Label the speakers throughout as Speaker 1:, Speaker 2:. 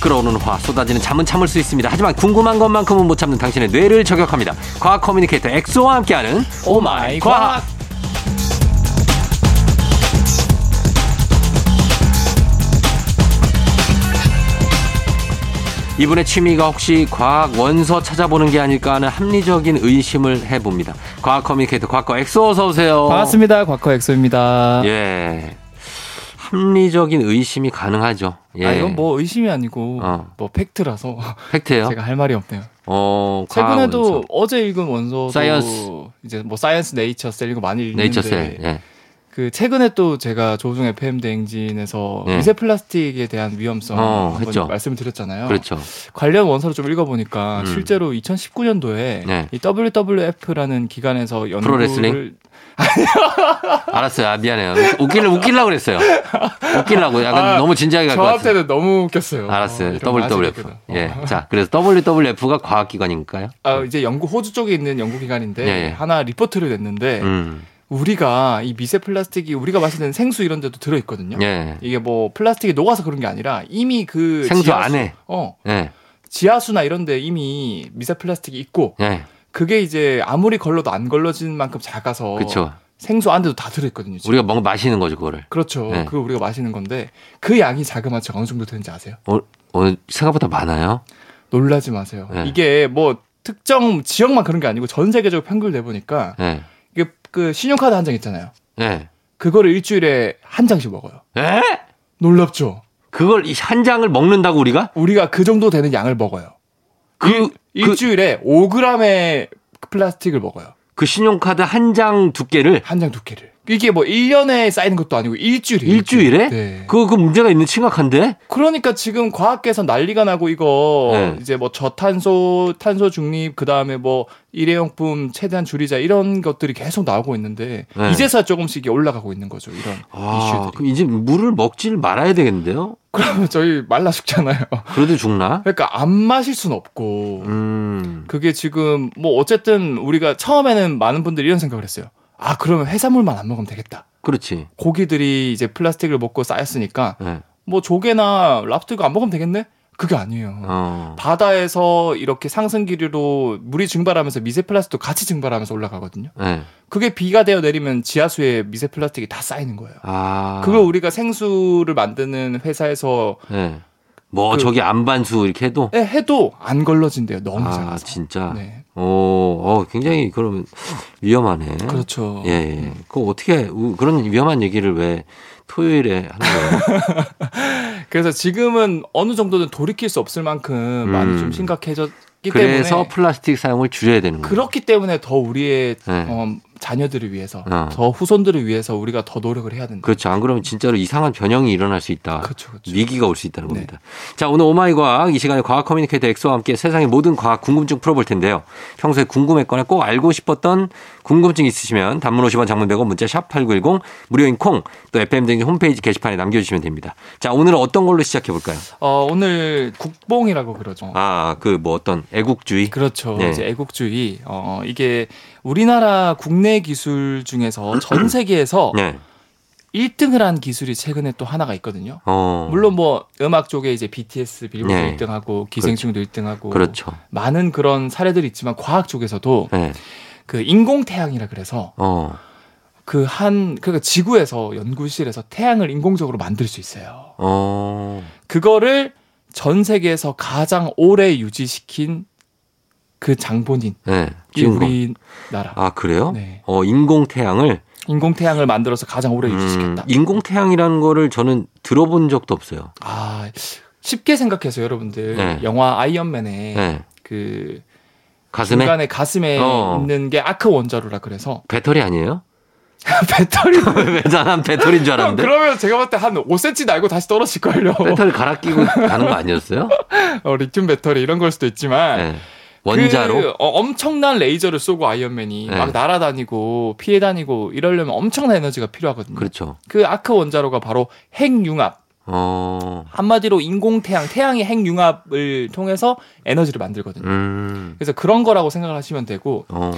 Speaker 1: 끓어오르는 화 쏟아지는 잠은 참을 수 있습니다. 하지만 궁금한 것만큼은 못 참는 당신의 뇌를 저격합니다. 과학 커뮤니케이터 엑소와 함께하는 오마이 과학. 이분의 취미가 혹시 과학 원서 찾아보는 게 아닐까 하는 합리적인 의심을 해봅니다. 과학 커뮤니케이터 과거 엑소 어서 오세요.
Speaker 2: 반갑습니다. 과커 엑소입니다.
Speaker 1: 예. 합리적인 의심이 가능하죠. 예.
Speaker 2: 아, 이건 뭐 의심이 아니고
Speaker 1: 어.
Speaker 2: 뭐 팩트라서
Speaker 1: 팩트예요.
Speaker 2: 제가 할 말이 없네요.
Speaker 1: 어, 과학
Speaker 2: 최근에도
Speaker 1: 원서.
Speaker 2: 어제 읽은 원서도
Speaker 1: 사이언스.
Speaker 2: 이제 뭐 사이언스 네이처 셀 이거 많이 읽는데
Speaker 1: 네이처셀. 예.
Speaker 2: 그 최근에 또 제가 조중 FM 대행진에서
Speaker 1: 예.
Speaker 2: 미세 플라스틱에 대한 위험성
Speaker 1: 어,
Speaker 2: 한번
Speaker 1: 했죠.
Speaker 2: 말씀을 드렸잖아요.
Speaker 1: 그렇죠.
Speaker 2: 관련 원서를 좀 읽어보니까
Speaker 1: 음.
Speaker 2: 실제로 2019년도에
Speaker 1: 네.
Speaker 2: 이 WWF라는 기관에서 연구를
Speaker 1: 프로레슬링? 알았어요. 아, 미안해요. 웃기려, 웃기려고 그랬어요. 웃기려고. 약간
Speaker 2: 아,
Speaker 1: 너무 진지하게 갈 것 같아요.
Speaker 2: 저한테는 너무 웃겼어요. 어,
Speaker 1: 알았어요.
Speaker 2: 이런
Speaker 1: WWF.
Speaker 2: 아직이구나. 어.
Speaker 1: 예. 자, 그래서 WWF가 과학기관인가요?
Speaker 2: 아, 이제 영국 호주 쪽에 있는 연구기관인데
Speaker 1: 예, 예.
Speaker 2: 하나 리포트를 냈는데
Speaker 1: 음.
Speaker 2: 우리가 이 미세 플라스틱이 우리가 마시는 생수 이런 데도 들어있거든요.
Speaker 1: 예.
Speaker 2: 이게 뭐 플라스틱이 녹아서 그런 게 아니라 이미 그
Speaker 1: 생수
Speaker 2: 지하수-
Speaker 1: 안에.
Speaker 2: 어
Speaker 1: 예.
Speaker 2: 지하수나 이런데 이미 미세 플라스틱이 있고
Speaker 1: 예.
Speaker 2: 그게 이제 아무리 걸러도 안 걸러진 만큼 작아서
Speaker 1: 그쵸.
Speaker 2: 생수 안에도 다 들어있거든요. 어, 지금.
Speaker 1: 우리가 뭔가 마시는 거죠, 그거를.
Speaker 2: 그렇죠.
Speaker 1: 네.
Speaker 2: 그걸 우리가 마시는 건데 그 양이 자그마치 어느 정도 되는지 아세요?
Speaker 1: 어, 어, 생각보다 많아요?
Speaker 2: 놀라지 마세요.
Speaker 1: 네.
Speaker 2: 이게 뭐 특정 지역만 그런 게 아니고 전 세계적으로 평균 내보니까
Speaker 1: 예.
Speaker 2: 이게 그 신용카드 한 장 있잖아요.
Speaker 1: 예.
Speaker 2: 그거를 일주일에 한 장씩 먹어요.
Speaker 1: 에?
Speaker 2: 놀랍죠?
Speaker 1: 그걸 이한 장을 먹는다고 우리가?
Speaker 2: 우리가 그 정도 되는 양을 먹어요. 네.
Speaker 1: 그, 그,
Speaker 2: 일주일에 5g의 플라스틱을 먹어요.
Speaker 1: 그 신용카드 한 장 두께를
Speaker 2: 한 장 두 개를. 이게 뭐 1년에 쌓이는 것도 아니고 일주일에.
Speaker 1: 일주일에?
Speaker 2: 네.
Speaker 1: 그거, 그 문제가 있는 심각한데?
Speaker 2: 그러니까 지금 과학계에서 난리가 나고 이거
Speaker 1: 네.
Speaker 2: 이제 뭐 저탄소 탄소 중립 그다음에 뭐 일회용품 최대한 줄이자 이런 것들이 계속 나오고 있는데
Speaker 1: 네.
Speaker 2: 이제서 야 조금씩 이게 올라가고 있는 거죠 이런
Speaker 1: 아,
Speaker 2: 이슈들이
Speaker 1: 그럼 이제 물을 먹질 말아야 되겠는데요?
Speaker 2: 그러면 저희 말라 죽잖아요
Speaker 1: 그래도 죽나?
Speaker 2: 그러니까 안 마실 순 없고
Speaker 1: 음.
Speaker 2: 그게 지금 뭐 어쨌든 우리가 처음에는 많은 분들이 이런 생각을 했어요 아 그러면 해산물만 안 먹으면 되겠다
Speaker 1: 그렇지.
Speaker 2: 고기들이 이제 플라스틱을 먹고 쌓였으니까
Speaker 1: 예.
Speaker 2: 뭐 조개나 랍스터가 안 먹으면 되겠네 그게 아니에요
Speaker 1: 어.
Speaker 2: 바다에서 이렇게 상승 기류로 물이 증발하면서 미세 플라스틱도 같이 증발하면서 올라가거든요.
Speaker 1: 예.
Speaker 2: 그게 비가 되어 내리면 지하수에 미세 플라스틱이 다 쌓이는 거예요.
Speaker 1: 아.
Speaker 2: 그걸 우리가 생수를 만드는 회사에서
Speaker 1: 예. 뭐
Speaker 2: 그-
Speaker 1: 저기 안반수 이렇게 해도
Speaker 2: 해도 안 걸러진대요. 너무
Speaker 1: 아,
Speaker 2: 작아서.
Speaker 1: 진짜.
Speaker 2: 네.
Speaker 1: 오, 어, 굉장히 그러면 위험하네.
Speaker 2: 그렇죠.
Speaker 1: 예, 예. 그 어떻게 우- 그런 위험한 얘기를 왜 토요일에 하는 거예요?
Speaker 2: 그래서 지금은 어느 정도는 돌이킬 수 없을 만큼 많이 좀 심각해졌기
Speaker 1: 음. 그래서
Speaker 2: 때문에
Speaker 1: 플라스틱 사용을 줄여야 되는 거예요.
Speaker 2: 그렇기 때문에 더 우리의
Speaker 1: 네.
Speaker 2: 어, 자녀들을 위해서
Speaker 1: 어.
Speaker 2: 더 후손들을 위해서 우리가 더 노력을 해야 된다.
Speaker 1: 그렇죠. 안 그러면 진짜로 이상한 변형이 일어날 수 있다.
Speaker 2: 그렇죠. 그렇죠.
Speaker 1: 위기가 올 수 있다는
Speaker 2: 네.
Speaker 1: 겁니다. 자, 오늘 오마이 과학 이 시간에 과학 커뮤니케이터 엑소와 함께 세상의 모든 과학 궁금증 풀어볼 텐데요. 평소에 궁금했거나 꼭 알고 싶었던 궁금증 있으시면 단문 50원 장문 100원 문자 샵 8910 무료인 콩 또 FM 등 홈페이지 게시판에 남겨주시면 됩니다. 자, 오늘은 어떤 걸로 시작해 볼까요?
Speaker 2: 어, 오늘 국뽕이라고 그러죠.
Speaker 1: 아, 그 뭐 어떤 애국주의?
Speaker 2: 그렇죠.
Speaker 1: 네.
Speaker 2: 이제 애국주의. 어, 이게 우리나라 국내 기술 중에서 전 세계에서
Speaker 1: 네.
Speaker 2: 1등을 한 기술이 최근에 또 하나가 있거든요.
Speaker 1: 어.
Speaker 2: 물론 뭐 음악 쪽에 이제 BTS 빌보드
Speaker 1: 네.
Speaker 2: 1등하고 기생충도 1등하고
Speaker 1: 그렇죠.
Speaker 2: 많은 그런 사례들이 있지만 과학 쪽에서도
Speaker 1: 네.
Speaker 2: 그 인공 태양이라 그래서
Speaker 1: 어.
Speaker 2: 그 한 그러니까 지구에서 연구실에서 태양을 인공적으로 만들 수 있어요.
Speaker 1: 어.
Speaker 2: 그거를 전 세계에서 가장 오래 유지시킨 그 장본인
Speaker 1: 네.
Speaker 2: 이
Speaker 1: 지금 뭐-
Speaker 2: 우리나라.
Speaker 1: 아, 그래요?
Speaker 2: 네.
Speaker 1: 어, 인공 태양을
Speaker 2: 인공 태양을 만들어서 가장 오래 네, 유지시켰다.
Speaker 1: 인공 음, 태양이라는 거를 저는 들어본 적도 없어요.
Speaker 2: 아 쉽게 생각해서 여러분들
Speaker 1: 네.
Speaker 2: 영화 아이언맨의
Speaker 1: 네.
Speaker 2: 그
Speaker 1: 가슴에
Speaker 2: 중간에 가슴에
Speaker 1: 어.
Speaker 2: 있는 게 아크 원자로라 그래서
Speaker 1: 배터리 아니에요?
Speaker 2: 배터리
Speaker 1: 왜난 배터리인 줄 알았는데. 네.
Speaker 2: 그러면 제가 봤을 때 한 5cm 날고 다시 떨어질 걸요.
Speaker 1: 배터리 갈아 끼고 가는 거 아니었어요?
Speaker 2: 어, 리튬 배터리 이런 걸 수도 있지만
Speaker 1: 네. 원자로.
Speaker 2: 그, 어, 엄청난 레이저를 쏘고 아이언맨이
Speaker 1: 네.
Speaker 2: 막 날아다니고 피해 다니고 이러려면 엄청난 에너지가 필요하거든요. 그
Speaker 1: 그렇죠.
Speaker 2: 아크 원자로가 바로 핵융합
Speaker 1: 어.
Speaker 2: 한마디로 인공 태양, 태양의 핵융합을 통해서 에너지를 만들거든요.
Speaker 1: 음.
Speaker 2: 그래서 그런 거라고 생각을 하시면 되고
Speaker 1: 어.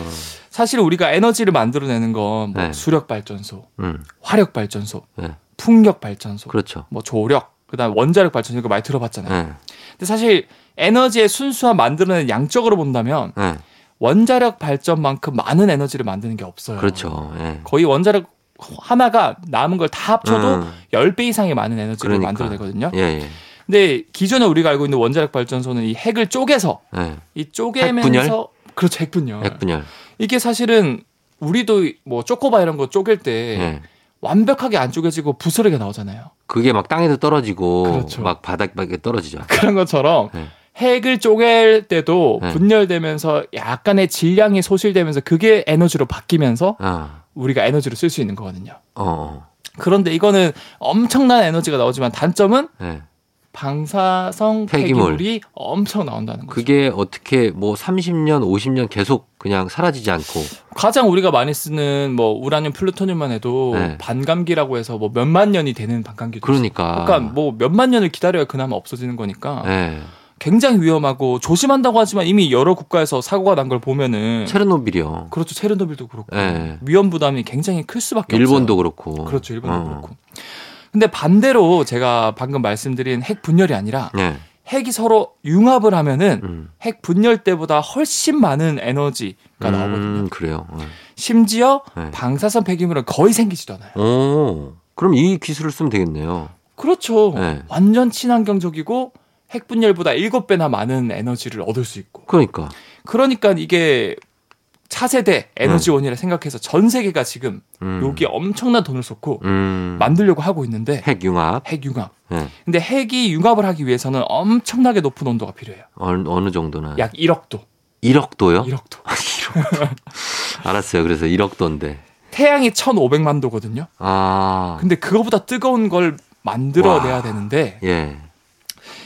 Speaker 2: 사실 우리가 에너지를 만들어내는 건뭐
Speaker 1: 네.
Speaker 2: 수력 발전소,
Speaker 1: 음.
Speaker 2: 화력 발전소,
Speaker 1: 네.
Speaker 2: 풍력 발전소,
Speaker 1: 그렇죠.
Speaker 2: 뭐 조력, 그다음 원자력 발전소 이거 많이 들어봤잖아요.
Speaker 1: 네.
Speaker 2: 근데 근데 사실 에너지의 순수화 만들어낸 양적으로 본다면
Speaker 1: 예.
Speaker 2: 원자력 발전만큼 많은 에너지를 만드는 게 없어요.
Speaker 1: 그렇죠. 예.
Speaker 2: 거의 원자력 하나가 남은 걸 다 합쳐도
Speaker 1: 음.
Speaker 2: 10배 이상의 많은 에너지를
Speaker 1: 그러니까.
Speaker 2: 만들어내거든요.
Speaker 1: 예, 예.
Speaker 2: 근데 기존에 우리가 알고 있는 원자력 발전소는 이 핵을 쪼개서
Speaker 1: 예.
Speaker 2: 이 쪼개면서
Speaker 1: 핵분열?
Speaker 2: 그렇죠 핵분열.
Speaker 1: 핵분열.
Speaker 2: 이게 사실은 우리도 뭐 쪼꼬바 이런 거 쪼갤 때
Speaker 1: 예.
Speaker 2: 완벽하게 안 쪼개지고 부스러기가 나오잖아요.
Speaker 1: 그게 막 땅에도 떨어지고
Speaker 2: 그렇죠.
Speaker 1: 막 바닥에 떨어지죠.
Speaker 2: 그런 것처럼
Speaker 1: 네.
Speaker 2: 핵을 쪼갤 때도
Speaker 1: 네.
Speaker 2: 분열되면서 약간의 질량이 소실되면서 그게 에너지로 바뀌면서
Speaker 1: 아,
Speaker 2: 우리가 에너지를 쓸 수 있는 거거든요.
Speaker 1: 어, 어.
Speaker 2: 그런데 이거는 엄청난 에너지가 나오지만 단점은
Speaker 1: 예.
Speaker 2: 방사성
Speaker 1: 폐기물.
Speaker 2: 폐기물이 엄청 나온다는 거죠.
Speaker 1: 그게 어떻게 뭐 30년, 50년 계속 그냥 사라지지 않고
Speaker 2: 가장 우리가 많이 쓰는 뭐 우라늄, 플루토늄만 해도
Speaker 1: 네.
Speaker 2: 반감기라고 해서 뭐 몇만 년이 되는 반감기도 있어요.
Speaker 1: 그러니까.
Speaker 2: 그러니까 뭐 몇만 년을 기다려야 그나마 없어지는 거니까
Speaker 1: 예.
Speaker 2: 굉장히 위험하고 조심한다고 하지만 이미 여러 국가에서 사고가 난 걸 보면은
Speaker 1: 체르노빌이요.
Speaker 2: 그렇죠. 체르노빌도 그렇고
Speaker 1: 예.
Speaker 2: 위험 부담이 굉장히 클 수밖에
Speaker 1: 일본도
Speaker 2: 없어요.
Speaker 1: 그렇고.
Speaker 2: 그렇죠. 일본도
Speaker 1: 어.
Speaker 2: 그렇고. 근데 반대로 제가 방금 말씀드린 핵 분열이 아니라
Speaker 1: 예.
Speaker 2: 핵이 서로 융합을 하면은
Speaker 1: 음.
Speaker 2: 핵 분열 때보다 훨씬 많은 에너지가 나오거든요.
Speaker 1: 음, 그래요. 예.
Speaker 2: 심지어
Speaker 1: 네.
Speaker 2: 방사선 폐기물은 거의 생기지도 않아요.
Speaker 1: 오, 그럼 이 기술을 쓰면 되겠네요.
Speaker 2: 그렇죠.
Speaker 1: 네.
Speaker 2: 완전 친환경적이고 핵 분열보다 7배나 많은 에너지를 얻을 수 있고.
Speaker 1: 그러니까.
Speaker 2: 그러니까 이게 차세대 에너지원이라 생각해서 전 세계가 지금
Speaker 1: 음.
Speaker 2: 여기에 어- 엄청난 돈을 쏟고
Speaker 1: 음.
Speaker 2: 만들려고 하고 있는데
Speaker 1: 핵융합.
Speaker 2: 핵 융합.
Speaker 1: 예.
Speaker 2: 근데 핵이 융합을 하기 위해서는 엄청나게 높은 온도가 필요해요.
Speaker 1: 어느, 어느 정도나.
Speaker 2: 약 1억 도.
Speaker 1: 1억 도요?
Speaker 2: 1억 도.
Speaker 1: 알았어요. 그래서 1억 도인데.
Speaker 2: 태양이 1,500만 도거든요.
Speaker 1: 아.
Speaker 2: 근데 그거보다 뜨거운 걸 만들어내야
Speaker 1: 와.
Speaker 2: 되는데
Speaker 1: 예.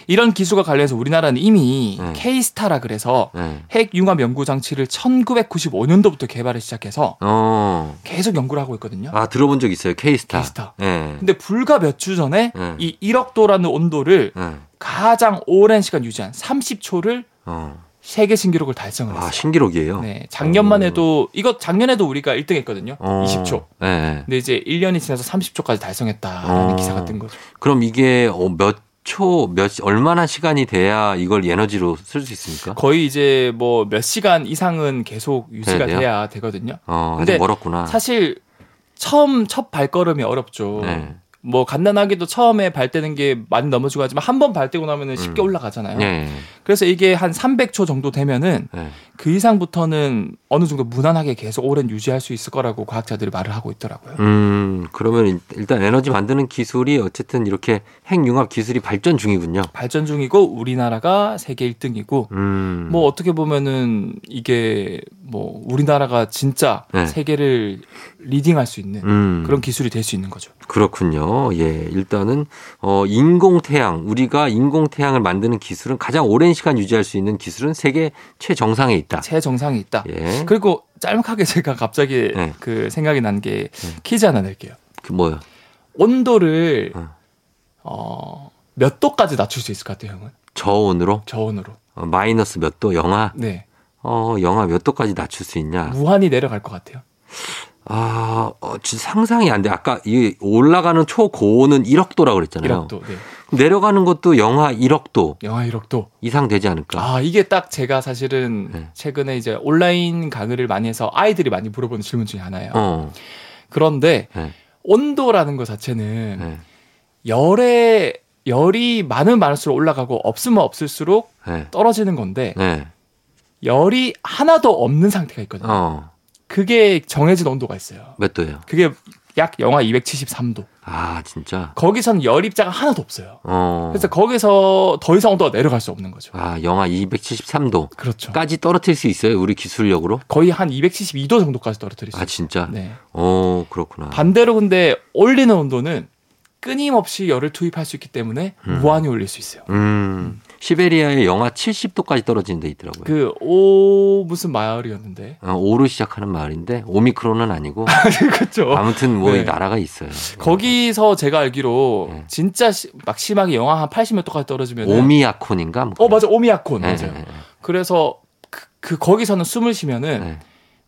Speaker 2: 이런 기술과 관련해서 우리나라는 이미
Speaker 1: 네.
Speaker 2: K-스타라 그래서
Speaker 1: 예.
Speaker 2: 핵 융합 연구 장치를 1995년도부터 개발을 시작해서
Speaker 1: 어.
Speaker 2: 계속 연구를 하고 있거든요.
Speaker 1: 아, 들어본 적 있어요. K스타.
Speaker 2: K스타.
Speaker 1: 예.
Speaker 2: 근데 불과 몇 주 전에
Speaker 1: 네.
Speaker 2: 이 1억 도라는 온도를
Speaker 1: 예.
Speaker 2: 가장 오랜 시간 유지한 30초를
Speaker 1: 어.
Speaker 2: 세계 신기록을 달성을 했어요.
Speaker 1: 아, 신기록이에요.
Speaker 2: 네, 작년만
Speaker 1: 오.
Speaker 2: 해도 이거 작년에도 우리가 1등 했거든요.
Speaker 1: 어.
Speaker 2: 20초.
Speaker 1: 예, 예.
Speaker 2: 근데 이제 1년이 지나서 30초까지 달성했다라는
Speaker 1: 어.
Speaker 2: 기사가 뜬 거죠.
Speaker 1: 그럼 이게 어, 몇 초, 몇, 시- 얼마나 시간이 돼야 이걸 에너지로 쓸 수 있습니까?
Speaker 2: 거의 이제 뭐 몇 시간 이상은 계속 유지가
Speaker 1: 돼야 돼요?
Speaker 2: 돼야 되거든요.
Speaker 1: 어, 아직
Speaker 2: 근데
Speaker 1: 멀었구나.
Speaker 2: 사실 처음 첫 발걸음이 어렵죠.
Speaker 1: 예.
Speaker 2: 뭐 간단하게도 처음에 발대는 게 많이 넘어지고 하지만 한 번 발대고 나면은 쉽게
Speaker 1: 음.
Speaker 2: 올라가잖아요.
Speaker 1: 예. 예.
Speaker 2: 그래서 이게 한 300초 정도 되면은
Speaker 1: 예.
Speaker 2: 그 이상부터는 어느 정도 무난하게 계속 오랜 유지할 수 있을 거라고 과학자들이 말을 하고 있더라고요.
Speaker 1: 음, 그러면 일- 일단 에너지 만드는 기술이 어쨌든 이렇게 핵융합 기술이 발전 중이군요.
Speaker 2: 발전 중이고 우리나라가 세계 1등이고
Speaker 1: 음.
Speaker 2: 뭐 어떻게 보면은 이게 뭐 우리나라가 진짜
Speaker 1: 네.
Speaker 2: 세계를 리딩할 수 있는
Speaker 1: 음,
Speaker 2: 그런 기술이 될 수 있는 거죠.
Speaker 1: 그렇군요. 예, 일단은 어 인공 태양 우리가 인공 태양을 만드는 기술은 가장 오랜 시간 유지할 수 있는 기술은 세계 최정상에 있다.
Speaker 2: 최정상에 있다.
Speaker 1: 아. 예, 그,
Speaker 2: 그리고 짤막하게 제가 갑자기
Speaker 1: 네.
Speaker 2: 그 생각이 난 게 퀴즈 하나 낼게요.
Speaker 1: 그 뭐요?
Speaker 2: 온도를
Speaker 1: 어.
Speaker 2: 어, 몇 도까지 낮출 수 있을 것 같아요, 형은?
Speaker 1: 저온으로
Speaker 2: 저온으로.
Speaker 1: 어, 마이너스 몇 도, 영하,
Speaker 2: 네.
Speaker 1: 어 영하 몇 도까지 낮출 수 있냐?
Speaker 2: 무한히 내려갈 것 같아요.
Speaker 1: 아, 어, 진짜 상상이 안 돼. 아까 이 올라가는 초고온은 1억 도라고 그랬잖아요.
Speaker 2: 1억도. 네.
Speaker 1: 내려가는 것도 영하 1억 도
Speaker 2: 영하 1억도.
Speaker 1: 이상 되지 않을까?
Speaker 2: 아, 이게 딱 제가 사실은
Speaker 1: 네.
Speaker 2: 최근에 이제 온라인 강의를 많이 해서 아이들이 많이 물어보는 질문 중에 하나예요.
Speaker 1: 어,
Speaker 2: 그런데
Speaker 1: 네.
Speaker 2: 온도라는 것 자체는
Speaker 1: 예,
Speaker 2: 열에 열이 많은 많을수록 올라가고 없으면 없을수록
Speaker 1: 예,
Speaker 2: 떨어지는 건데
Speaker 1: 예,
Speaker 2: 열이 하나도 없는 상태가 있거든요.
Speaker 1: 어,
Speaker 2: 그게 정해진 온도가 있어요.
Speaker 1: 몇 도예요?
Speaker 2: 그게 약 영하 273도.
Speaker 1: 아, 진짜.
Speaker 2: 거기선 열 입자가 하나도 없어요.
Speaker 1: 어.
Speaker 2: 그래서 거기서 더 이상 온도가 내려갈 수 없는 거죠.
Speaker 1: 아, 영하 273도까지
Speaker 2: 그렇죠.
Speaker 1: 떨어뜨릴 수 있어요, 우리 기술력으로?
Speaker 2: 거의 한 272도 정도까지 떨어뜨릴 수
Speaker 1: 아,
Speaker 2: 있어요.
Speaker 1: 진짜?
Speaker 2: 네.
Speaker 1: 어, 그렇구나.
Speaker 2: 반대로 근데 올리는 온도는 끊임없이 열을 투입할 수 있기 때문에
Speaker 1: 음.
Speaker 2: 무한히 올릴 수 있어요.
Speaker 1: 음, 시베리아에 영하 70도까지 떨어지는 데 있더라고요.
Speaker 2: 그 오 무슨 마을이었는데
Speaker 1: 어, 오로 시작하는 말인데, 오미크론은 아니고,
Speaker 2: 그렇죠.
Speaker 1: 아무튼 뭐,
Speaker 2: 네.
Speaker 1: 이 나라가 있어요.
Speaker 2: 거기서 제가 알기로
Speaker 1: 네.
Speaker 2: 진짜 시- 막 심하게 영하 한 80몇 도까지 떨어지면
Speaker 1: 오미야콘인가? 뭐
Speaker 2: 어 맞아 오미야콘
Speaker 1: 예,
Speaker 2: 맞아요.
Speaker 1: 예,
Speaker 2: 그래서 그, 그 거기서는 숨을 쉬면은
Speaker 1: 예,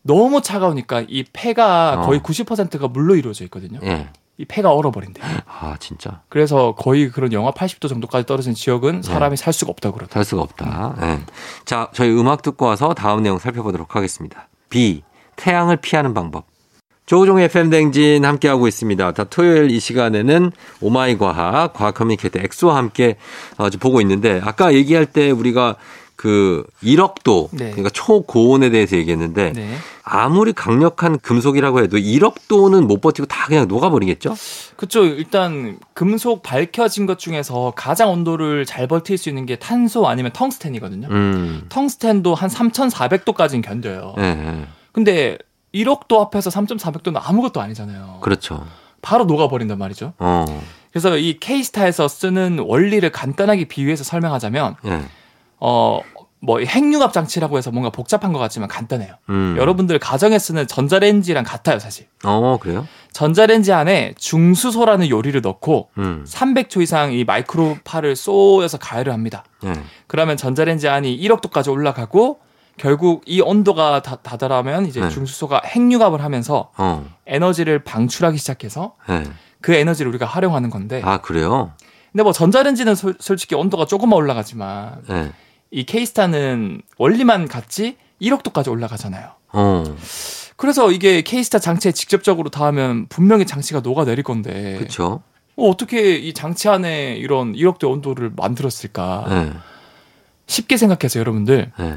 Speaker 2: 너무 차가우니까 이 폐가
Speaker 1: 어.
Speaker 2: 거의 90%가 물로 이루어져 있거든요.
Speaker 1: 예.
Speaker 2: 이 폐가 얼어버린대. 요
Speaker 1: 아, 진짜.
Speaker 2: 그래서 거의 그런 영하 80도 정도까지 떨어진
Speaker 1: 네.
Speaker 2: 지역은 사람이 살 수가 없다고 그러더라고요.
Speaker 1: 살 수가 없다. 예. 자, 저희 음악 듣고 와서 다음 내용 살펴보도록 하겠습니다. B. 태양을 피하는 방법. 조종의 FM 댕진 함께하고 있습니다. 다 토요일 이 시간에는 오마이 과학, 과학 커뮤니케이터 엑소와 함께 어, 지금 보고 있는데 아까 얘기할 때 우리가 그 1억도
Speaker 2: 네.
Speaker 1: 그러니까 초고온에 대해서 얘기했는데
Speaker 2: 네.
Speaker 1: 아무리 강력한 금속이라고 해도 1억도는 못 버티고 다 그냥 녹아버리겠죠?
Speaker 2: 그쵸. 일단 금속 밝혀진 것 중에서 가장 온도를 잘 버틸 수 있는 게 탄소 아니면 텅스텐이거든요.
Speaker 1: 음.
Speaker 2: 텅스텐도 한 3,400도까지는 견뎌요.
Speaker 1: 예, 예.
Speaker 2: 근데 1억도 앞에서 3,400도는 아무것도 아니잖아요.
Speaker 1: 그렇죠.
Speaker 2: 바로 녹아버린단 말이죠.
Speaker 1: 어.
Speaker 2: 그래서 이 케이스타에서 쓰는 원리를 간단하게 비유해서 설명하자면
Speaker 1: 예.
Speaker 2: 어, 뭐, 이 핵융합 장치라고 해서 뭔가 복잡한 것 같지만 간단해요.
Speaker 1: 음.
Speaker 2: 여러분들 가정에 쓰는 전자레인지랑 같아요, 사실.
Speaker 1: 어, 그래요?
Speaker 2: 전자레인지 안에 중수소라는 요리를 넣고
Speaker 1: 음.
Speaker 2: 300초 이상 이 마이크로파를 쏘여서 가열을 합니다.
Speaker 1: 예.
Speaker 2: 그러면 전자레인지 안이 1억도까지 올라가고 결국 이 온도가 다, 다다라면 이제
Speaker 1: 네.
Speaker 2: 중수소가 핵융합을 하면서
Speaker 1: 어.
Speaker 2: 에너지를 방출하기 시작해서
Speaker 1: 예.
Speaker 2: 그 에너지를 우리가 활용하는 건데
Speaker 1: 아, 그래요?
Speaker 2: 근데 뭐 전자레인지는 솔- 솔직히 온도가 조금만 올라가지만
Speaker 1: 예.
Speaker 2: 이 케이스타는 원리만 같이 1억도까지 올라가잖아요.
Speaker 1: 어.
Speaker 2: 그래서 이게 케이스타 장치에 직접적으로 닿으면 분명히 장치가 녹아내릴 건데
Speaker 1: 그렇죠.
Speaker 2: 어, 떻게이 장치 안에 이런 1억도 온도를 만들었을까
Speaker 1: 예.
Speaker 2: 쉽게 생각해서 여러분들
Speaker 1: 예.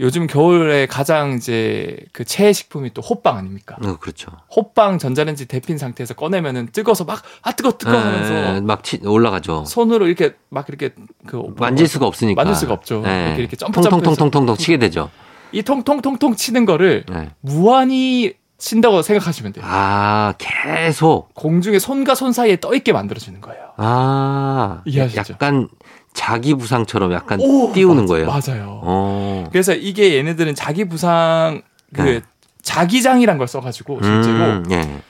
Speaker 2: 요즘 겨울에 가장 이제 그 체식품이 또 호빵 아닙니까?
Speaker 1: 어, 그렇죠.
Speaker 2: 호빵 전자레인지 데핀 상태에서 꺼내면은 뜨거워서 막 아 뜨거 워 뜨거 워
Speaker 1: 예,
Speaker 2: 하면서
Speaker 1: 막 치, 올라가죠.
Speaker 2: 손으로 이렇게 막 이렇게 그
Speaker 1: 만질 수가 없으니까.
Speaker 2: 만질 수가 없죠.
Speaker 1: 예.
Speaker 2: 이렇게 이렇게 점프 점프 해서
Speaker 1: 통통통통통통 치게 되죠.
Speaker 2: 이 통통통통 치는 거를
Speaker 1: 예.
Speaker 2: 무한히 친다고 생각하시면 돼요.
Speaker 1: 아, 계속.
Speaker 2: 공중에 손과 손 사이에 떠 있게 만들어주는 거예요.
Speaker 1: 아.
Speaker 2: 이해하시죠?
Speaker 1: 약간 자기 부상처럼 약간
Speaker 2: 오,
Speaker 1: 띄우는
Speaker 2: 맞-
Speaker 1: 거예요.
Speaker 2: 맞아요.
Speaker 1: 어.
Speaker 2: 그래서 이게 얘네들은 자기 부상 그
Speaker 1: 네.
Speaker 2: 자기장이란 걸 써가지고 뭐 실제로
Speaker 1: 음, 예.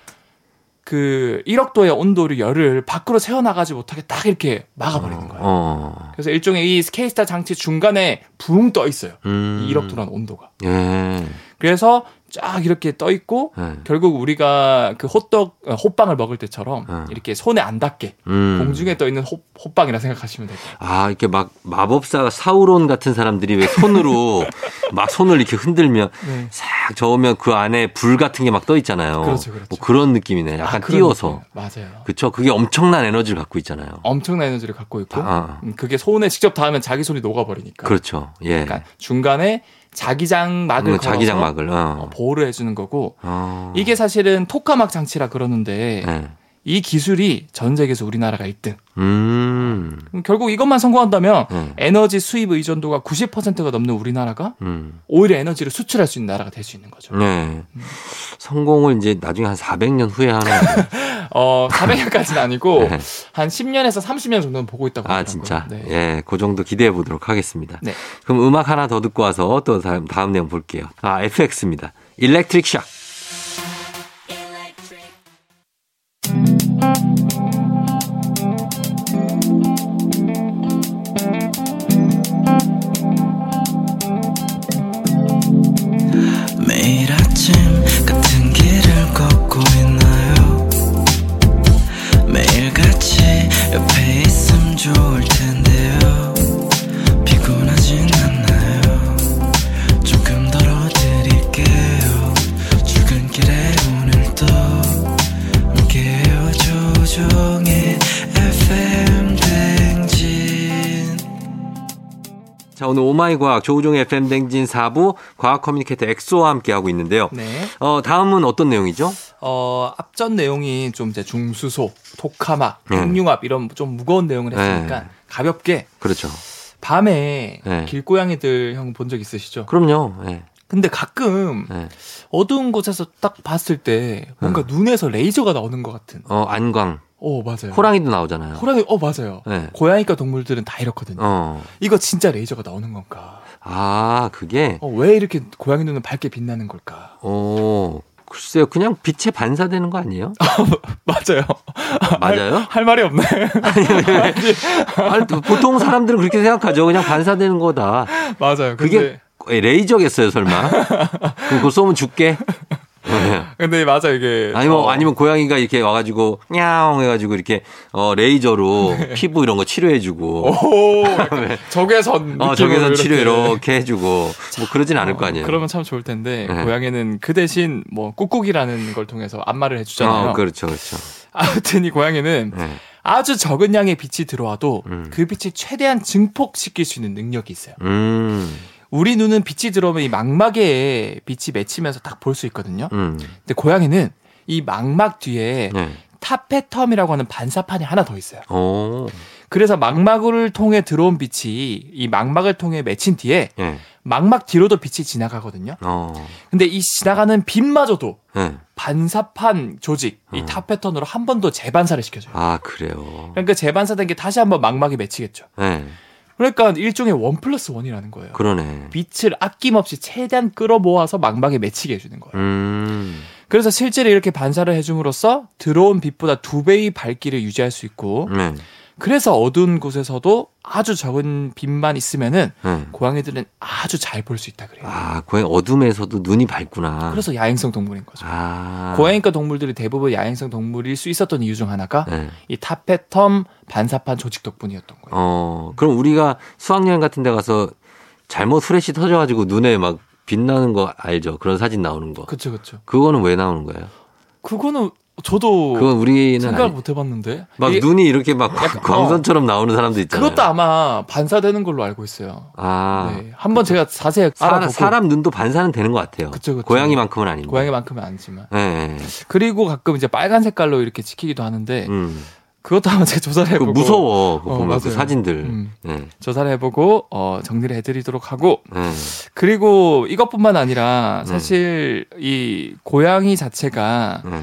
Speaker 2: 그 1억도의 온도를 열을 밖으로 새어나가지 못하게 딱 이렇게 막아버리는 거예요.
Speaker 1: 어.
Speaker 2: 그래서 일종의 이 케이스타 장치 중간에 붕 떠 있어요.
Speaker 1: 음.
Speaker 2: 이 1억도라는 온도가.
Speaker 1: 예.
Speaker 2: 그래서 쫙 이렇게 떠 있고
Speaker 1: 예.
Speaker 2: 결국 우리가 그 호떡 어, 호빵을 먹을 때처럼
Speaker 1: 음.
Speaker 2: 이렇게 손에 안 닿게
Speaker 1: 음.
Speaker 2: 공중에 떠 있는 호, 호빵이라 생각하시면 돼요.
Speaker 1: 아, 이렇게 막 마법사 사우론 같은 사람들이 왜 손으로 막 손을 이렇게 흔들면
Speaker 2: 네.
Speaker 1: 싹 저으면 그 안에 불 같은 게 막 떠 있잖아요.
Speaker 2: 그렇죠, 그렇죠.
Speaker 1: 뭐 그런 느낌이네.
Speaker 2: 아,
Speaker 1: 약간
Speaker 2: 그런
Speaker 1: 띄워서.
Speaker 2: 느낌이에요. 맞아요.
Speaker 1: 그쵸. 그게 엄청난 에너지를 갖고 있잖아요.
Speaker 2: 엄청난 에너지를 갖고 있고
Speaker 1: 아, 아.
Speaker 2: 음, 그게 손에 직접 닿으면 자기 손이 녹아버리니까.
Speaker 1: 그렇죠. 예.
Speaker 2: 그러니까 중간에 자기장막을
Speaker 1: 음,
Speaker 2: 걸어서
Speaker 1: 자기장막을.
Speaker 2: 어,
Speaker 1: 어.
Speaker 2: 보호를 해주는 거고
Speaker 1: 어.
Speaker 2: 이게 사실은 토카막 장치라 그러는데
Speaker 1: 예.
Speaker 2: 이 기술이 전 세계에서 우리나라가 1등.
Speaker 1: 음.
Speaker 2: 결국 이것만 성공한다면
Speaker 1: 예.
Speaker 2: 에너지 수입 의존도가 90%가 넘는 우리나라가
Speaker 1: 음.
Speaker 2: 오히려 에너지를 수출할 수 있는 나라가 될 수 있는 거죠.
Speaker 1: 네. 성공을 이제 나중에 한 400년 후에 하는. 거예요.
Speaker 2: 어, 400년까지는 아니고
Speaker 1: 네.
Speaker 2: 한 10년에서 30년 정도는 보고 있다고
Speaker 1: 아,
Speaker 2: 하더라고요.
Speaker 1: 진짜.
Speaker 2: 네.
Speaker 1: 예, 그 정도 기대해 보도록 하겠습니다.
Speaker 2: 네.
Speaker 1: 그럼 음악 하나 더 듣고 와서 또 다음, 다음 내용 볼게요. 아, FX입니다. 일렉트릭 샥.
Speaker 3: 매일 아침 같은 길을 걷고 있나요 매일 같이 옆에 있음 좋을 텐데요 피곤하진 않나요 조금 덜어드릴게요 출근길에 오늘도 함께해요 조종의 FM 댕진
Speaker 1: 자, 오늘 오마이 과학 조우종의 FM 댕진 4부 과학 커뮤니케이터 엑소와 함께하고 있는데요.
Speaker 2: 네.
Speaker 1: 어, 다음은 어떤 내용이죠?
Speaker 2: 어, 앞전 내용이 좀 이제 중수소, 독화막,
Speaker 1: 네.
Speaker 2: 핵융합 이런 좀 무거운 내용을 했으니까
Speaker 1: 네.
Speaker 2: 가볍게
Speaker 1: 그렇죠.
Speaker 2: 밤에
Speaker 1: 네.
Speaker 2: 길고양이들 형 본 적 있으시죠?
Speaker 1: 그럼요. 예.
Speaker 2: 근데 가끔
Speaker 1: 예.
Speaker 2: 어두운 곳에서 딱 봤을 때 뭔가 눈에서 레이저가 나오는 것 같은.
Speaker 1: 어, 안광.
Speaker 2: 어 맞아요.
Speaker 1: 호랑이도 나오잖아요.
Speaker 2: 호랑이 어 맞아요.
Speaker 1: 예.
Speaker 2: 고양이과 동물들은 다 이렇거든요.
Speaker 1: 어.
Speaker 2: 이거 진짜 레이저가 나오는 건가?
Speaker 1: 아, 그게
Speaker 2: 어, 왜 이렇게 고양이 눈은 밝게 빛나는 걸까?
Speaker 1: 어, 글쎄요. 그냥 빛에 반사되는 거 아니에요?
Speaker 2: 맞아요.
Speaker 1: 맞아요?
Speaker 2: 할 말이 없네.
Speaker 1: 아니, 왜, 왜. 아니, 또 보통 사람들은 그렇게 생각하죠. 그냥 반사되는 거다.
Speaker 2: 맞아요.
Speaker 1: 그게
Speaker 2: 근데
Speaker 1: 레이저겠어요, 설마? 그럼 그거 쏘면 죽게? 네.
Speaker 2: 근데 맞아 이게
Speaker 1: 아니면
Speaker 2: 어,
Speaker 1: 아니면 고양이가 이렇게 와가지고 야옹 해가지고 이렇게 어 레이저로
Speaker 2: 네.
Speaker 1: 피부 이런 거 치료해주고
Speaker 2: 오 약간
Speaker 1: 어,
Speaker 2: 적외선 어, 느낌으로
Speaker 1: 적외선 치료
Speaker 2: 이렇게. 어,
Speaker 1: 이렇게 해주고 뭐 그러진 않을 거 아니에요.
Speaker 2: 그러면 참 좋을 텐데
Speaker 1: 네.
Speaker 2: 고양이는 그 대신 뭐 꾹꾹이라는 걸 통해서 안마를 해주잖아요.
Speaker 1: 어, 그렇죠, 그렇죠.
Speaker 2: 아무튼 이 고양이는
Speaker 1: 네.
Speaker 2: 아주 적은 양의 빛이 들어와도
Speaker 1: 음.
Speaker 2: 그 빛을 최대한 증폭시킬 수 있는 능력이 있어요.
Speaker 1: 음,
Speaker 2: 우리 눈은 빛이 들어오면 이 망막에 빛이 맺히면서 딱 볼 수 있거든요.
Speaker 1: 음,
Speaker 2: 근데 고양이는 이 망막 뒤에
Speaker 1: 네.
Speaker 2: 타페텀이라고 하는 반사판이 하나 더 있어요.
Speaker 1: 오,
Speaker 2: 그래서 망막을 통해 들어온 빛이 이 망막을 통해 맺힌 뒤에
Speaker 1: 예,
Speaker 2: 망막 뒤로도 빛이 지나가거든요.
Speaker 1: 어,
Speaker 2: 근데 이 지나가는 빛마저도
Speaker 1: 예.
Speaker 2: 반사판 조직
Speaker 1: 음.
Speaker 2: 이 타페턴으로 한 번 더 재반사를 시켜줘요.
Speaker 1: 아 그래요.
Speaker 2: 그러니까 재반사된 게 다시 한번 망막에 맺히겠죠.
Speaker 1: 예,
Speaker 2: 그러니까 일종의 원 플러스 원이라는 거예요.
Speaker 1: 그러네.
Speaker 2: 빛을 아낌없이 최대한 끌어모아서 망막에 맺히게 해주는 거예요.
Speaker 1: 음,
Speaker 2: 그래서 실제로 이렇게 반사를 해줌으로써 들어온 빛보다 두 배의 밝기를 유지할 수 있고
Speaker 1: 네,
Speaker 2: 그래서 어두운 곳에서도 아주 적은 빛만 있으면은
Speaker 1: 네.
Speaker 2: 고양이들은 아주 잘 볼 수 있다 그래요.
Speaker 1: 아 고양이 어둠에서도 눈이 밝구나.
Speaker 2: 그래서 야행성 동물인 거죠.
Speaker 1: 아,
Speaker 2: 고양이과 동물들이 대부분 야행성 동물일 수 있었던 이유 중 하나가
Speaker 1: 네.
Speaker 2: 이 타페텀 반사판 조직 덕분이었던 거예요.
Speaker 1: 어, 그럼 우리가 수학여행 같은 데 가서 잘못 후레쉬 터져가지고 눈에 막 빛나는 거 알죠? 그런 사진 나오는 거.
Speaker 2: 그쵸 그쵸.
Speaker 1: 그거는 왜 나오는 거예요?
Speaker 2: 그거는 저도
Speaker 1: 그건 우리는
Speaker 2: 어, 생각을
Speaker 1: 아니-
Speaker 2: 못 해봤는데.
Speaker 1: 막
Speaker 2: 이게
Speaker 1: 눈이 이렇게 막
Speaker 2: 약간-
Speaker 1: 광선처럼 나오는 사람도 있잖아요.
Speaker 2: 그것도 아마 반사되는 걸로 알고 있어요.
Speaker 1: 아,
Speaker 2: 네. 한번 제가 자세히
Speaker 1: 사람,
Speaker 2: 알아보고
Speaker 1: 사람 눈도 반사는 되는 것 같아요.
Speaker 2: 그쵸, 그쵸.
Speaker 1: 고양이만큼은 아닌데.
Speaker 2: 고양이만큼은 네. 아니지만
Speaker 1: 예, 예.
Speaker 2: 그리고 가끔 이제 빨간 색깔로 이렇게 지키기도 하는데
Speaker 1: 음.
Speaker 2: 그것도 한번 제가 조사를
Speaker 1: 그
Speaker 2: 해보고
Speaker 1: 무서워. 그거
Speaker 2: 어,
Speaker 1: 보면 그
Speaker 2: 맞아요.
Speaker 1: 사진들.
Speaker 2: 음.
Speaker 1: 예,
Speaker 2: 조사를 해보고 어, 정리를 해드리도록 하고
Speaker 1: 예.
Speaker 2: 그리고 이것뿐만 아니라
Speaker 1: 음.
Speaker 2: 사실 이 고양이 자체가
Speaker 1: 예.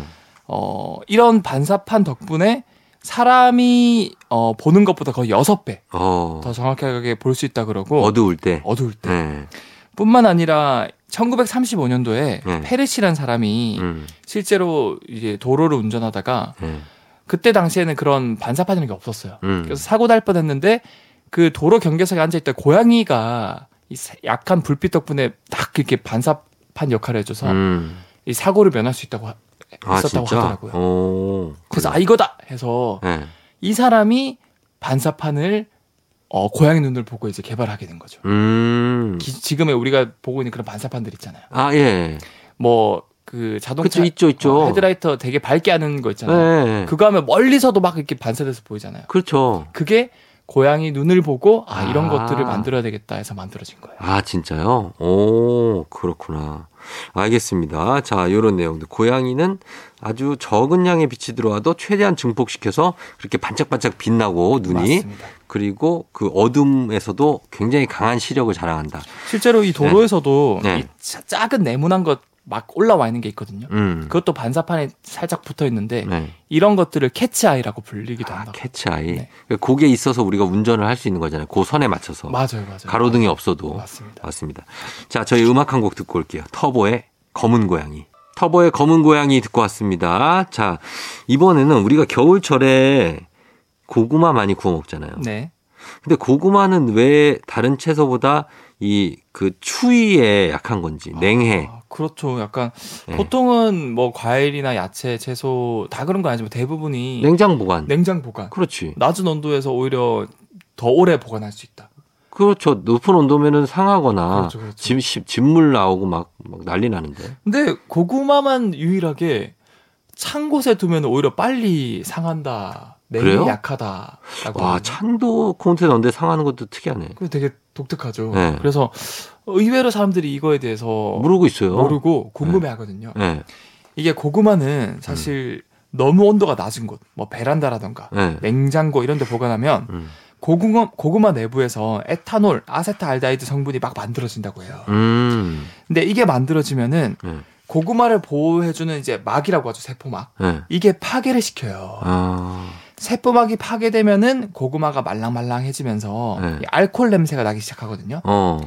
Speaker 2: 어, 이런 반사판 덕분에 사람이 어, 보는 것보다 거의 여섯 배 더
Speaker 1: 어,
Speaker 2: 정확하게 볼 수 있다 그러고
Speaker 1: 어두울 때.
Speaker 2: 어두울 때
Speaker 1: 예.
Speaker 2: 뿐만 아니라 1935년도에
Speaker 1: 네.
Speaker 2: 페르시란 사람이
Speaker 1: 음,
Speaker 2: 실제로 이제 도로를 운전하다가
Speaker 1: 예.
Speaker 2: 그때 당시에는 그런 반사판이라는 게 없었어요.
Speaker 1: 음.
Speaker 2: 그래서 사고 날 뻔했는데 그 도로 경계석에 앉아 있던 고양이가 이 세- 약한 불빛 덕분에 딱 이렇게 반사판 역할을 해줘서
Speaker 1: 음.
Speaker 2: 이 사고를 면할 수 있다고 하-
Speaker 1: 아,
Speaker 2: 있었다고
Speaker 1: 진짜? 어. 네.
Speaker 2: 하더라고요.
Speaker 1: 오.
Speaker 2: 그래서 아 이거다 해서
Speaker 1: 예.
Speaker 2: 이 사람이 반사판을 어, 고양이 눈을 보고 이제 개발하게 된 거죠.
Speaker 1: 음.
Speaker 2: 기- 지금의 우리가 보고 있는 그런 반사판들 있잖아요.
Speaker 1: 아, 예.
Speaker 2: 뭐 그
Speaker 1: 그쵸,
Speaker 2: 자동차
Speaker 1: 있죠, 있죠.
Speaker 2: 어, 헤드라이터 되게 밝게 하는 거 있잖아요.
Speaker 1: 예. 그...
Speaker 2: 그거 하면 멀리서도 막 이렇게 반사돼서 보이잖아요.
Speaker 1: 렇죠
Speaker 2: 그게 고양이 눈을 보고 아 이런
Speaker 1: 아.
Speaker 2: 것들을 만들어야 되겠다 해서 만들어진 거예요.
Speaker 1: 아, 진짜요? 오, 그렇구나. 알겠습니다. 자, 요런 내용들. 고양이는 아주 적은 양의 빛이 들어와도 최대한 증폭시켜서 그렇게 반짝반짝 빛나고 눈이
Speaker 2: 맞습니다.
Speaker 1: 그리고 그 어둠에서도 굉장히 강한 시력을 자랑한다.
Speaker 2: 실제로 이 도로에서도
Speaker 1: 네.
Speaker 2: 이 자- 작은 네모난 것 막 올라와 있는 게 있거든요.
Speaker 1: 음.
Speaker 2: 그것도 반사판에 살짝 붙어 있는데
Speaker 1: 네.
Speaker 2: 이런 것들을 캐치아이라고 불리기도
Speaker 1: 아,
Speaker 2: 한다고.
Speaker 1: 캐치아이.
Speaker 2: 네.
Speaker 1: 그게 있어서 우리가 운전을 할 수 있는 거잖아요. 그 선에 맞춰서.
Speaker 2: 맞아요, 맞아요.
Speaker 1: 가로등이 없어도.
Speaker 2: 맞습니다.
Speaker 1: 맞습니다. 자, 저희 음악 한 곡 듣고 올게요. 터보의 검은 고양이. 터보의 검은 고양이 듣고 왔습니다. 자, 이번에는 우리가 겨울철에 고구마 많이 구워 먹잖아요.
Speaker 2: 네.
Speaker 1: 근데 고구마는 왜 다른 채소보다 이 그 추위에 약한 건지, 냉해.
Speaker 2: 아, 그렇죠. 약간
Speaker 1: 네.
Speaker 2: 보통은 뭐 과일이나 야채, 채소 다 그런 거 아니지만 대부분이
Speaker 1: 냉장 보관.
Speaker 2: 냉장 보관.
Speaker 1: 그렇지.
Speaker 2: 낮은 온도에서 오히려 더 오래 보관할 수 있다.
Speaker 1: 그렇죠. 높은 온도면은 상하거나
Speaker 2: 그렇죠, 그렇죠.
Speaker 1: 아, 짐, 시- 진물 나오고 막, 막 난리 나는데.
Speaker 2: 근데 고구마만 유일하게 찬 곳에 두면 오히려 빨리 상한다.
Speaker 1: 그래요?
Speaker 2: 냉이 약하다라고.
Speaker 1: 와,
Speaker 2: 하거든요.
Speaker 1: 찬도 콘트에 넣는데 상하는 것도 특이하네.
Speaker 2: 그게 되게 독특하죠.
Speaker 1: 네.
Speaker 2: 그래서 의외로 사람들이 이거에 대해서
Speaker 1: 모르고 있어요.
Speaker 2: 모르고 궁금해 하거든요.
Speaker 1: 예,
Speaker 2: 이게 고구마는 사실
Speaker 1: 음.
Speaker 2: 너무 온도가 낮은 곳, 뭐 베란다라던가
Speaker 1: 예.
Speaker 2: 냉장고 이런 데 보관하면
Speaker 1: 음.
Speaker 2: 고구마, 고구마 내부에서 에탄올, 아세트알데히드 성분이 막 만들어진다고 해요.
Speaker 1: 음.
Speaker 2: 근데 이게 만들어지면은
Speaker 1: 네.
Speaker 2: 고구마를 보호해주는 이제 막이라고 하죠 세포막
Speaker 1: 예.
Speaker 2: 이게 파괴를 시켜요
Speaker 1: 아.
Speaker 2: 세포막이 파괴되면은 고구마가 말랑말랑해지면서
Speaker 1: 네.
Speaker 2: 이 알코올 냄새가 나기 시작하거든요
Speaker 1: 어.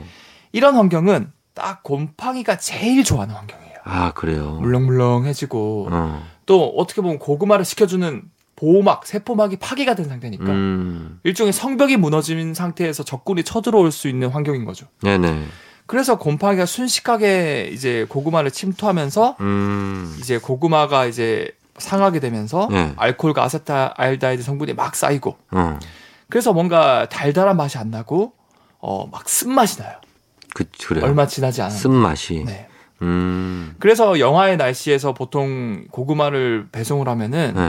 Speaker 2: 이런 환경은 딱 곰팡이가 제일 좋아하는 환경이에요
Speaker 1: 아, 그래요.
Speaker 2: 물렁물렁해지고
Speaker 1: 어.
Speaker 2: 또 어떻게 보면 고구마를 식혀주는 보호막 세포막이 파괴가 된 상태니까
Speaker 1: 음.
Speaker 2: 일종의 성벽이 무너진 상태에서 적군이 쳐들어올 수 있는 환경인 거죠
Speaker 1: 네네.
Speaker 2: 그래서 곰팡이가 순식간에 이제 고구마를 침투하면서
Speaker 1: 음.
Speaker 2: 이제 고구마가 이제 상하게 되면서
Speaker 1: 네.
Speaker 2: 알코올과 아세타알데하이드 성분이 막 쌓이고
Speaker 1: 어.
Speaker 2: 그래서 뭔가 달달한 맛이 안 나고 어 막 쓴맛이 나요.
Speaker 1: 그 그래요.
Speaker 2: 얼마 지나지 않아.
Speaker 1: 쓴맛이.
Speaker 2: 네.
Speaker 1: 음.
Speaker 2: 그래서 영하의 날씨에서 보통 고구마를 배송을 하면은
Speaker 1: 네.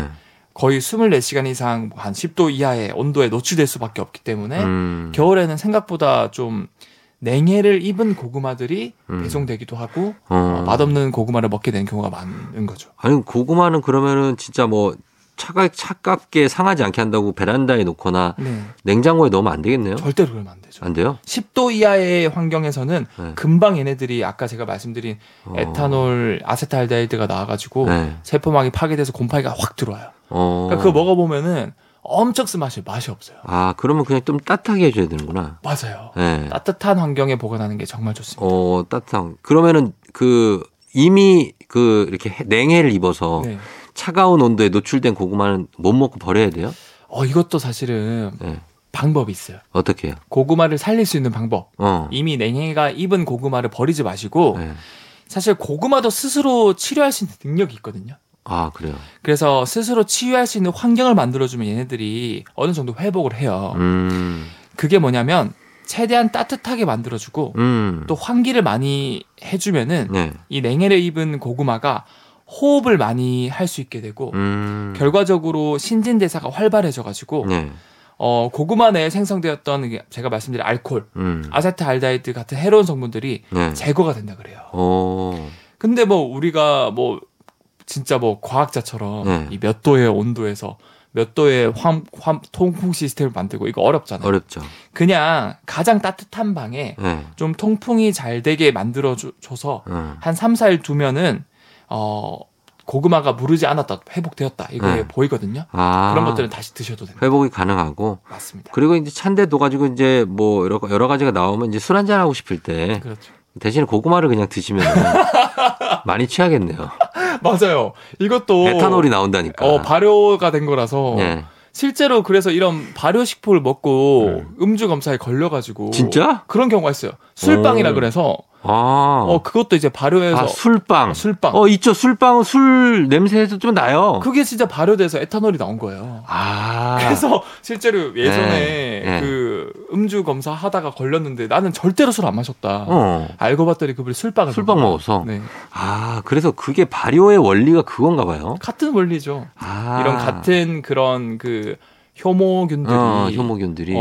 Speaker 1: 거의
Speaker 2: 거의 24시간 이상 한 10도 이하의 온도에 노출될 수밖에 없기 때문에
Speaker 1: 음.
Speaker 2: 겨울에는 생각보다 좀 냉해를 입은 고구마들이
Speaker 1: 음.
Speaker 2: 배송되기도 하고
Speaker 1: 어.
Speaker 2: 어, 맛없는 고구마를 먹게 되는 경우가 많은 거죠.
Speaker 1: 아니 고구마는 그러면은 진짜 뭐 차가 차갑게 상하지 않게 한다고 베란다에 놓거나
Speaker 2: 네.
Speaker 1: 냉장고에 넣으면 안 되겠네요.
Speaker 2: 절대로 그러면 안 되죠.
Speaker 1: 안 돼요?
Speaker 2: 10도 이하의 환경에서는
Speaker 1: 네.
Speaker 2: 금방 얘네들이 아까 제가 말씀드린
Speaker 1: 어.
Speaker 2: 에탄올, 아세탈데히드가 나와가지고
Speaker 1: 네.
Speaker 2: 세포막이 파괴돼서 곰팡이가 확 들어와요.
Speaker 1: 어.
Speaker 2: 그러니까 그거 먹어보면은 엄청 쓴맛이 맛이 없어요.
Speaker 1: 아 그러면 그냥 좀 따뜻하게 해줘야 되는구나.
Speaker 2: 맞아요.
Speaker 1: 네.
Speaker 2: 따뜻한 환경에 보관하는 게 정말 좋습니다.
Speaker 1: 어 따뜻한. 그러면은 그 이미 그 이렇게 해- 냉해를 입어서
Speaker 2: 네.
Speaker 1: 차가운 온도에 노출된 고구마는 못 먹고 버려야 돼요.
Speaker 2: 어, 이것도 사실은
Speaker 1: 네.
Speaker 2: 방법이 있어요.
Speaker 1: 어떻게 해요?
Speaker 2: 고구마를 살릴 수 있는 방법.
Speaker 1: 어.
Speaker 2: 이미 뭐 냉해가 입은 고구마를 버리지 마시고
Speaker 1: 네.
Speaker 2: 사실 고구마도 스스로 치료할 수 있는 능력이 있거든요.
Speaker 1: 아 그래요.
Speaker 2: 그래서 스스로 치유할 수 있는 환경을 만들어주면 얘네들이 어느 정도 회복을 해요.
Speaker 1: 음.
Speaker 2: 그게 뭐냐면 최대한 따뜻하게 만들어주고
Speaker 1: 음.
Speaker 2: 또 환기를 많이 해주면은
Speaker 1: 네.
Speaker 2: 이 냉해를 입은 고구마가 호흡을 많이 할 수 있게 되고
Speaker 1: 음.
Speaker 2: 결과적으로 신진대사가 활발해져가지고
Speaker 1: 네.
Speaker 2: 어, 고구마 내에 생성되었던 이게 제가 말씀드린 알코올,
Speaker 1: 음.
Speaker 2: 아세트알다이드 같은 해로운 성분들이
Speaker 1: 네.
Speaker 2: 제거가 된다 그래요.
Speaker 1: 어.
Speaker 2: 근데 뭐 우리가 뭐 진짜 뭐 과학자처럼
Speaker 1: 네.
Speaker 2: 이 몇 도의 온도에서 몇 도의 환, 환, 통풍 시스템을 만들고 이거 어렵잖아요.
Speaker 1: 어렵죠.
Speaker 2: 그냥 가장 따뜻한 방에
Speaker 1: 네.
Speaker 2: 좀 통풍이 잘 되게 만들어줘서
Speaker 1: 어.
Speaker 2: 한 3, 4일 두면은, 어, 고구마가 무르지 않았다, 회복되었다, 이거
Speaker 1: 네.
Speaker 2: 보이거든요.
Speaker 1: 아.
Speaker 2: 그런 것들은 다시 드셔도 됩니다.
Speaker 1: 회복이 가능하고
Speaker 2: 맞습니다.
Speaker 1: 그리고 이제 찬데 둬가지고 이제 뭐 여러, 여러 가지가 나오면 이제 술 한잔 하고 싶을 때
Speaker 2: 그렇죠.
Speaker 1: 대신에 고구마를 그냥 드시면 많이 취하겠네요.
Speaker 2: 맞아요. 이것도.
Speaker 1: 에탄올이 나온다니까.
Speaker 2: 어, 발효가 된 거라서.
Speaker 1: 네.
Speaker 2: 실제로 그래서 이런 발효식품을 먹고
Speaker 1: 음.
Speaker 2: 음주 검사에 걸려가지고.
Speaker 1: 진짜?
Speaker 2: 그런 경우가 있어요. 술빵이라
Speaker 1: 오.
Speaker 2: 그래서.
Speaker 1: 아,
Speaker 2: 어, 그것도 이제 발효해서.
Speaker 1: 아 술빵.
Speaker 2: 술빵.
Speaker 1: 어 있죠 술빵은 술 냄새에서 좀 나요.
Speaker 2: 그게 진짜 발효돼서 에탄올이 나온 거예요.
Speaker 1: 어. 아
Speaker 2: 그래서 실제로 예전에
Speaker 1: 네, 네.
Speaker 2: 그 음주 검사 하다가 걸렸는데 나는 절대로 술 안 마셨다.
Speaker 1: 어
Speaker 2: 알고 봤더니 그분이 술빵을
Speaker 1: 술빵
Speaker 2: 먹어요.
Speaker 1: 먹어서
Speaker 2: 네.
Speaker 1: 아 그래서 그게 발효의 원리가 그건가 봐요.
Speaker 2: 같은 원리죠.
Speaker 1: 아
Speaker 2: 이런 같은 그런 그 효모균들이
Speaker 1: 어,
Speaker 2: 어,
Speaker 1: 효모균들이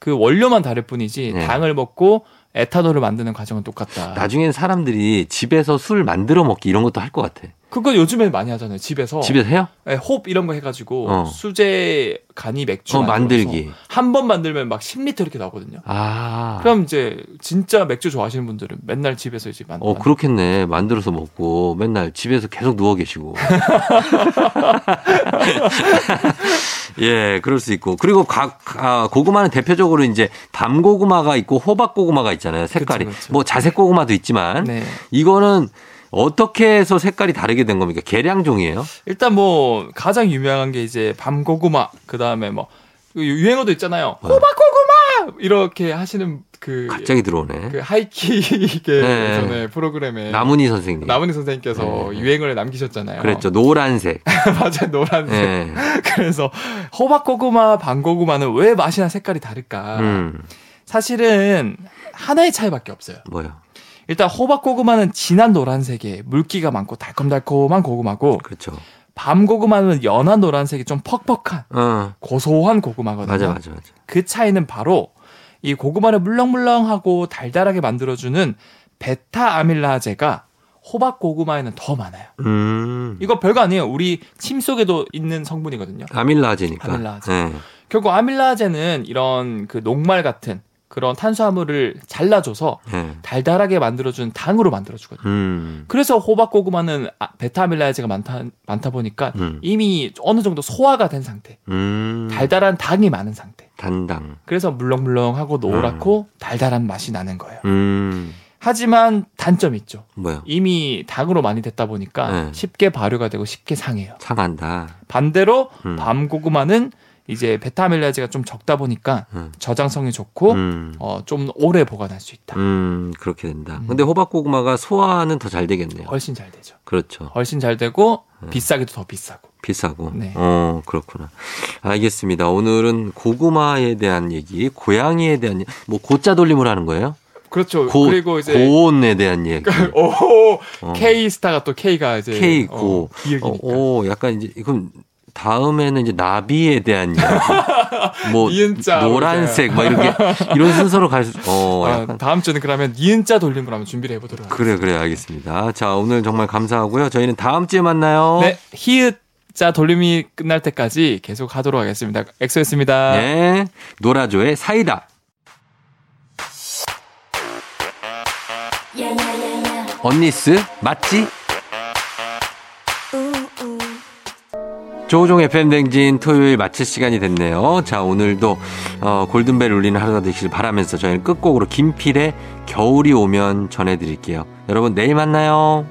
Speaker 2: 그 원료만 다를 뿐이지
Speaker 1: 네.
Speaker 2: 당을 먹고 에탄올을 만드는 과정은 똑같다.
Speaker 1: 나중엔 사람들이 집에서 술 만들어 먹기 이런 것도 할 것 같아.
Speaker 2: 그거 요즘에 많이 하잖아요. 집에서
Speaker 1: 집에서 해요?
Speaker 2: 네, 홉 이런 거 해가지고
Speaker 1: 어.
Speaker 2: 수제 간이 맥주
Speaker 1: 어, 만들기.
Speaker 2: 한 번 만들면 막 10리터 이렇게 나오거든요.
Speaker 1: 아.
Speaker 2: 그럼 이제 진짜 맥주 좋아하시는 분들은 맨날 집에서 이제 만들
Speaker 1: 어, 그렇겠네. 만들어서 먹고 맨날 집에서 계속 누워 계시고. 예, 그럴 수 있고. 그리고 각, 아, 고구마는 대표적으로 이제 밤고구마가 있고 호박고구마가 있잖아요. 색깔이.
Speaker 2: 그쵸, 그쵸.
Speaker 1: 뭐 자색고구마도 있지만
Speaker 2: 네.
Speaker 1: 이거는 어떻게 해서 색깔이 다르게 된 겁니까? 계량종이에요?
Speaker 2: 일단 뭐 가장 유명한 게 이제 밤고구마 그다음에 뭐그 유행어도 있잖아요.
Speaker 1: 어.
Speaker 2: 호박고구마 이렇게 하시는 그,
Speaker 1: 갑자기 들어오네.
Speaker 2: 그 하이킥의
Speaker 1: 네.
Speaker 2: 전에 프로그램에
Speaker 1: 나문희 선생님.
Speaker 2: 나문희 어. 선생님께서
Speaker 1: 네.
Speaker 2: 유행을 남기셨잖아요.
Speaker 1: 예. 그랬죠. 노란색.
Speaker 2: 맞아요. 노란색.
Speaker 1: 예.
Speaker 2: 그래서 호박고구마, 밤고구마는 왜 맛이나 색깔이 다를까?
Speaker 1: 음.
Speaker 2: 사실은 하나의 차이밖에 없어요.
Speaker 1: 뭐요?
Speaker 2: 일단 호박고구마는 진한 노란색에 물기가 많고 달콤달콤한 고구마고
Speaker 1: 그렇죠.
Speaker 2: 밤고구마는 연한 노란색이 좀 퍽퍽한
Speaker 1: 어.
Speaker 2: 고소한 고구마거든요.
Speaker 1: 맞아, 맞아, 맞아.
Speaker 2: 그 차이는 바로 이 고구마를 물렁물렁하고 달달하게 만들어주는 베타 아밀라제가 호박 고구마에는 더 많아요.
Speaker 1: 음.
Speaker 2: 이거 별거 아니에요. 우리 침 속에도 있는 성분이거든요.
Speaker 1: 아밀라제니까.
Speaker 2: 아밀라제.
Speaker 1: 예.
Speaker 2: 결국 아밀라제는 이런 그 녹말 같은 그런 탄수화물을 잘라줘서
Speaker 1: 예.
Speaker 2: 달달하게 만들어준 당으로 만들어주거든요.
Speaker 1: 음.
Speaker 2: 그래서 호박 고구마는 아, 베타 아밀라제가 많다 많다 보니까
Speaker 1: 음.
Speaker 2: 이미 어느 정도 소화가 된 상태,
Speaker 1: 음.
Speaker 2: 달달한 당이 많은 상태.
Speaker 1: 단당.
Speaker 2: 그래서 물렁물렁하고 노랗고 달달한 맛이 나는 거예요.
Speaker 1: 음.
Speaker 2: 하지만 단점이 있죠.
Speaker 1: 뭐야?
Speaker 2: 이미 당으로 많이 됐다 보니까
Speaker 1: 네.
Speaker 2: 쉽게 발효가 되고 쉽게 상해요.
Speaker 1: 상한다.
Speaker 2: 반대로
Speaker 1: 음.
Speaker 2: 밤고구마는 이제 베타밀라제가 좀 적다 보니까
Speaker 1: 음.
Speaker 2: 저장성이 좋고
Speaker 1: 음.
Speaker 2: 어, 좀 오래 보관할 수 있다.
Speaker 1: 음, 그렇게 된다. 근데 호박고구마가 소화는 더 잘 되겠네요.
Speaker 2: 훨씬 잘 되죠.
Speaker 1: 그렇죠.
Speaker 2: 훨씬 잘 되고
Speaker 1: 음.
Speaker 2: 비싸기도 더 비싸고.
Speaker 1: 비싸고.
Speaker 2: 네.
Speaker 1: 어, 그렇구나. 알겠습니다. 오늘은 고구마에 대한 얘기, 고양이에 대한 얘기, 뭐 고자 돌림을 하는 거예요?
Speaker 2: 그렇죠.
Speaker 1: 고,
Speaker 2: 그리고 이제
Speaker 1: 고온에 대한 얘기.
Speaker 2: 오
Speaker 1: 어.
Speaker 2: K 스타가 또 K가 이제
Speaker 1: K,
Speaker 2: 어,
Speaker 1: 고. 어,
Speaker 2: 기억이니까.
Speaker 1: 오, 약간 이제 그럼 다음에는 이제 나비에 대한 이야기. 뭐
Speaker 2: 이은자로
Speaker 1: 노란색 막 이렇게 이런 순서로 갈 수. 어,
Speaker 2: 아,
Speaker 1: 약간
Speaker 2: 다음 주는 그러면 니은자 돌림을 한번 준비를 해보도록 하겠습니다.
Speaker 1: 그래 그래 알겠습니다. 자, 오늘 정말 감사하고요. 저희는 다음 주에 만나요.
Speaker 2: 네, 히읗자 돌림이 끝날 때까지 계속 하도록 하겠습니다. 엑소였습니다.
Speaker 1: 네. 노라조의 사이다. 언니스 맞지? 조우종 FM 댕진 토요일 마칠 시간이 됐네요. 자, 오늘도 어, 골든벨 울리는 하루가 되길 바라면서 저희는 끝곡으로 김필의 겨울이 오면 전해드릴게요. 여러분, 내일 만나요.